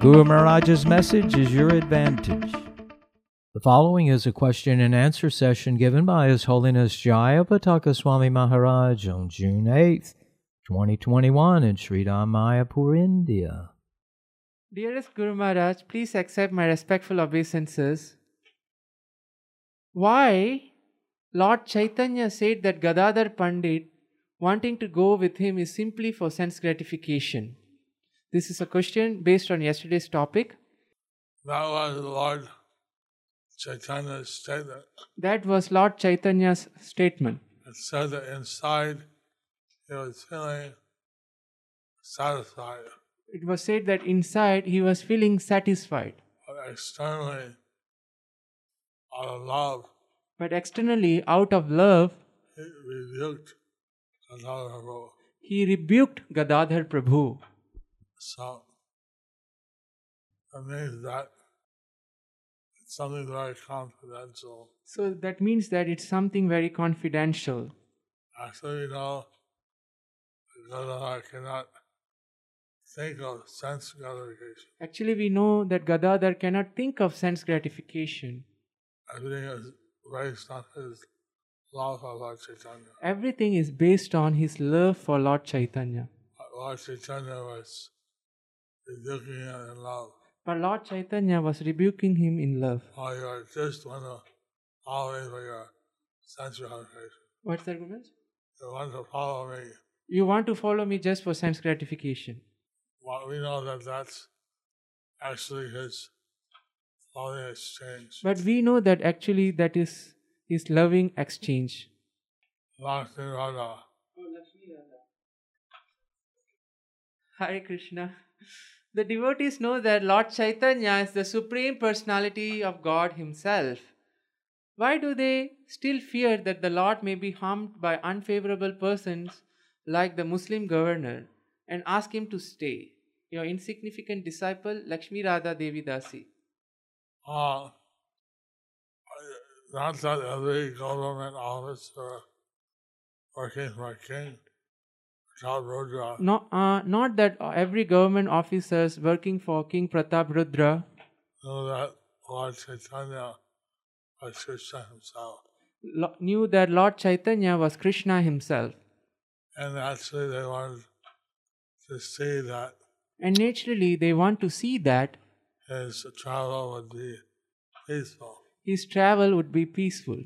Guru Maharaj's message is your advantage. The following is a question and answer session given by His Holiness Jaya Pataka Swami Maharaj on June 8th, 2021 in Sri Mayapur, India. Dearest Guru Maharaj, please accept my respectful obeisances. Why Lord Chaitanya said that Gadadhar Pandit wanting to go with him is simply for sense gratification? This is a question based on yesterday's topic. That was Lord Chaitanya statement. That was Lord Chaitanya's statement. It said that inside he was feeling satisfied, It was said that inside he was feeling satisfied, but externally, out of love, but externally, out of love, he rebuked another role. he rebuked Gadadhar Prabhu. So that means that it's something very confidential. So that means that it's something very confidential. Actually, you know, because I cannot think of sense gratification. Actually, we know that Gadadhar cannot think of sense gratification. Everything is based on his love for Lord Chaitanya. Everything is based on his love for Lord Chaitanya. Lord Chaitanya was rebuking him in love. But Lord Chaitanya was rebuking him in love. Oh, you are just want to always for your sense gratification. What's the argument? You want to follow me. You want to follow me just for sense gratification. Well, we know that that's actually his loving exchange. But we know that actually that is his loving exchange. Lakshmi Radha. Hare Krishna. The devotees know that Lord Chaitanya is the Supreme Personality of God Himself. Why do they still fear that the Lord may be harmed by unfavorable persons like the Muslim governor and ask him to stay? Your insignificant disciple, Lakshmi Radha Devi Dasi. Uh, not that every government officer working for a king, Child Rudra, No, uh, not that every government officers working for King Pratap Rudra knew that Lord Chaitanya was Krishna himself. lo- knew that Lord Chaitanya was Krishna himself. And actually, they wanted to see that And naturally, they want to see that his travel would be peaceful. his travel would be peaceful.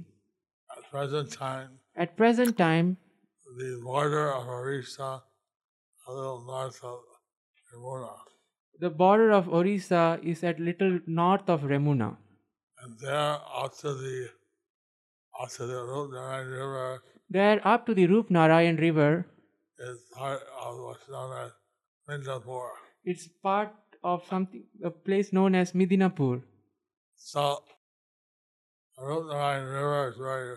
At present time, At present time, the border of Orissa, a little north of Ramona, the border of Orissa is at little north of Remuna. and there out to the out to the Rupnarani River There, up to the Rupnarayan River, is part of what's known as Mindapur. it's part of something a place known as Midinapur. So the Rupnarani River is very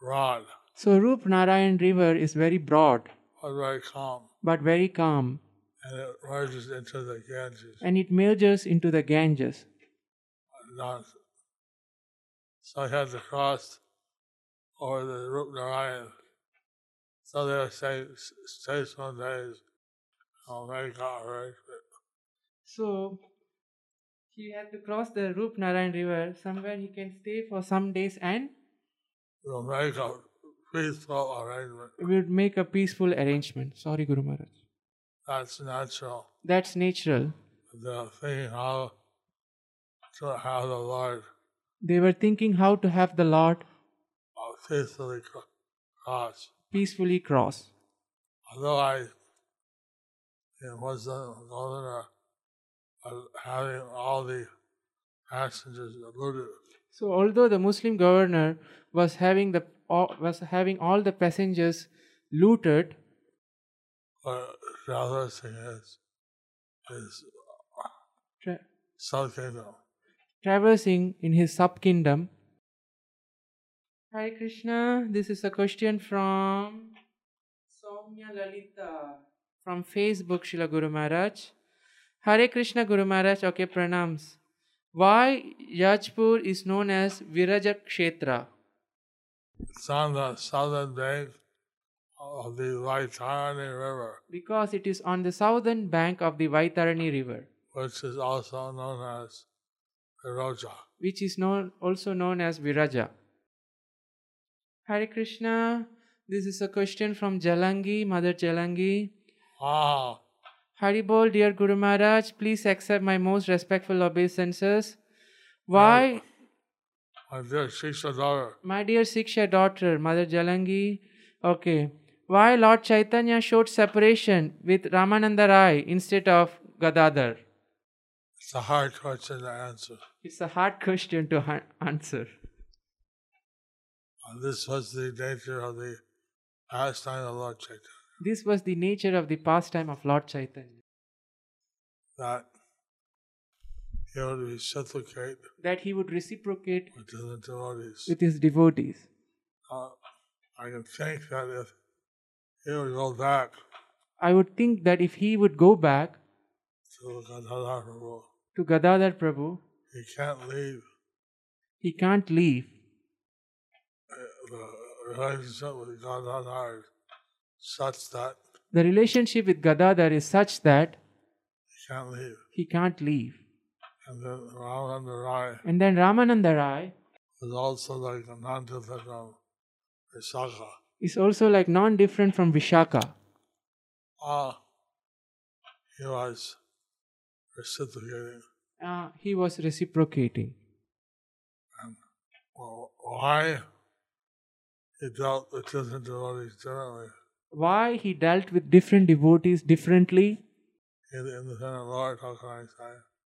broad, So Rupnarayan River is very broad but very calm, but very calm, and it merges into the Ganges. and it merges into the Ganges. not. So I had to cross over the Rupnarayan. So they were say, say some days, I'll make our arrangement. So he had to cross the Rupnarayan River. Somewhere he can stay for some days and We'll make a peaceful arrangement. would make a peaceful arrangement. Sorry, Guru Maharaj. That's natural. That's natural. The thing how to have the Lord They were thinking how to have the Lord I'll peacefully cro- cross. peacefully cross. Although I it wasn't going to having all the passengers looted. So, although the Muslim governor was having the all- was having all the passengers looted, But the other thing is, is tra- sub kingdom. traversing in his sub kingdom. Hare Krishna, this is a question from Soumya Lalita from Facebook, Shila Guru Maharaj. Hare Krishna Guru Maharaj, okay, pranams. Why Yajpur is known as Viraja Kshetra? It's on the southern bank of the Vaitarani River, Because it is on the southern bank of the Vaitarani River, which is also known as Viroja. which is known, also known as Viraja. Hare Krishna, this is a question from Jalangi, Mother Jalangi. Ah, Haribol, dear Guru Maharaj, please accept my most respectful obeisances. Why, my dear Shisha daughter, my dear Siksha daughter, Mother Jalangi, okay, why Lord Chaitanya showed separation with Ramananda Rai instead of Gadadhar? it's a hard question to answer. It's a hard question to ha- answer. And Uh, this was the nature of the pastime of Lord Chaitanya, This was the nature of the pastime of Lord Chaitanya, that he would reciprocate that he would reciprocate with the devotees. with his devotees. Uh, I can think that if he would go back I would think that if he would go back to Gadadhar Prabhu, to Gadadhar Prabhu, he can't leave he can't leave. uh, the relationship with Gadadhar is such that The relationship with Gadadhar is such that he can't leave. he can't leave. And then Ramananda Rai And then Ramananda Rai was also like a non-difficult Visakha. is also like non different from Vishaka. Ah, he was reciprocating. Uh, he was reciprocating. Well, why he dealt with different devotees differently? Why he dealt with different devotees differently He the independent Lord, how can I say?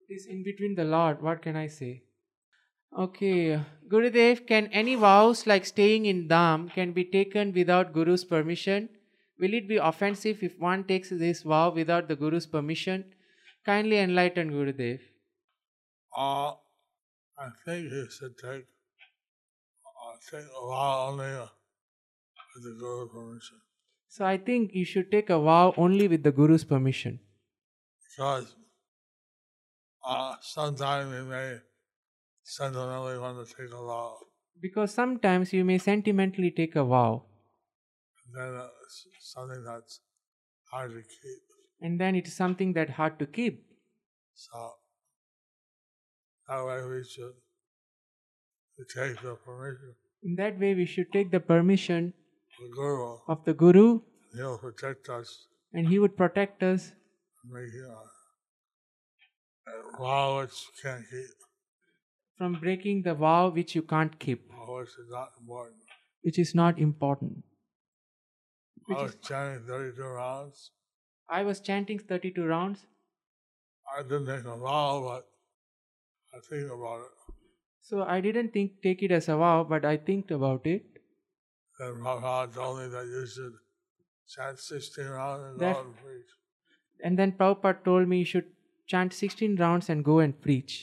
It is in between the Lord. What can I say? Okay, Gurudev, can any vows like staying in Dham can be taken without Guru's permission? Will it be offensive if one takes this vow without the Guru's permission? Kindly enlighten Gurudev. Uh, I think he should take, uh, take a vow only uh, with the Guru's permission. So I think you should take a vow only with the Guru's permission. Because uh, sometimes he may sentimentally want to take a vow. Because sometimes you may sentimentally take a vow And then uh, it's something that's hard to keep. and then it is something that hard to keep. So that way we should we take the permission In that way, we should take the permission of the Guru. of the Guru He'll protect us and he would protect us from making a a vow which you can't keep, from breaking the vow which you can't keep, vow which is not important. which is not important. Which I is, was chanting 32 rounds. I was chanting 32 rounds, I didn't make a vow, but I think about it. so I didn't think take it as a vow, but I think about it. Then Prabhupada told me that you should chant 16 rounds and That- go and preach. And then Prabhupada told me you should chant 16 rounds and go and preach.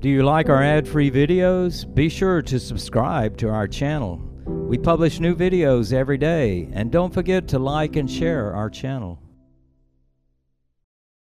Do you like our ad free videos? Be sure to subscribe to our channel. We publish new videos every day, and don't forget to like and share our channel.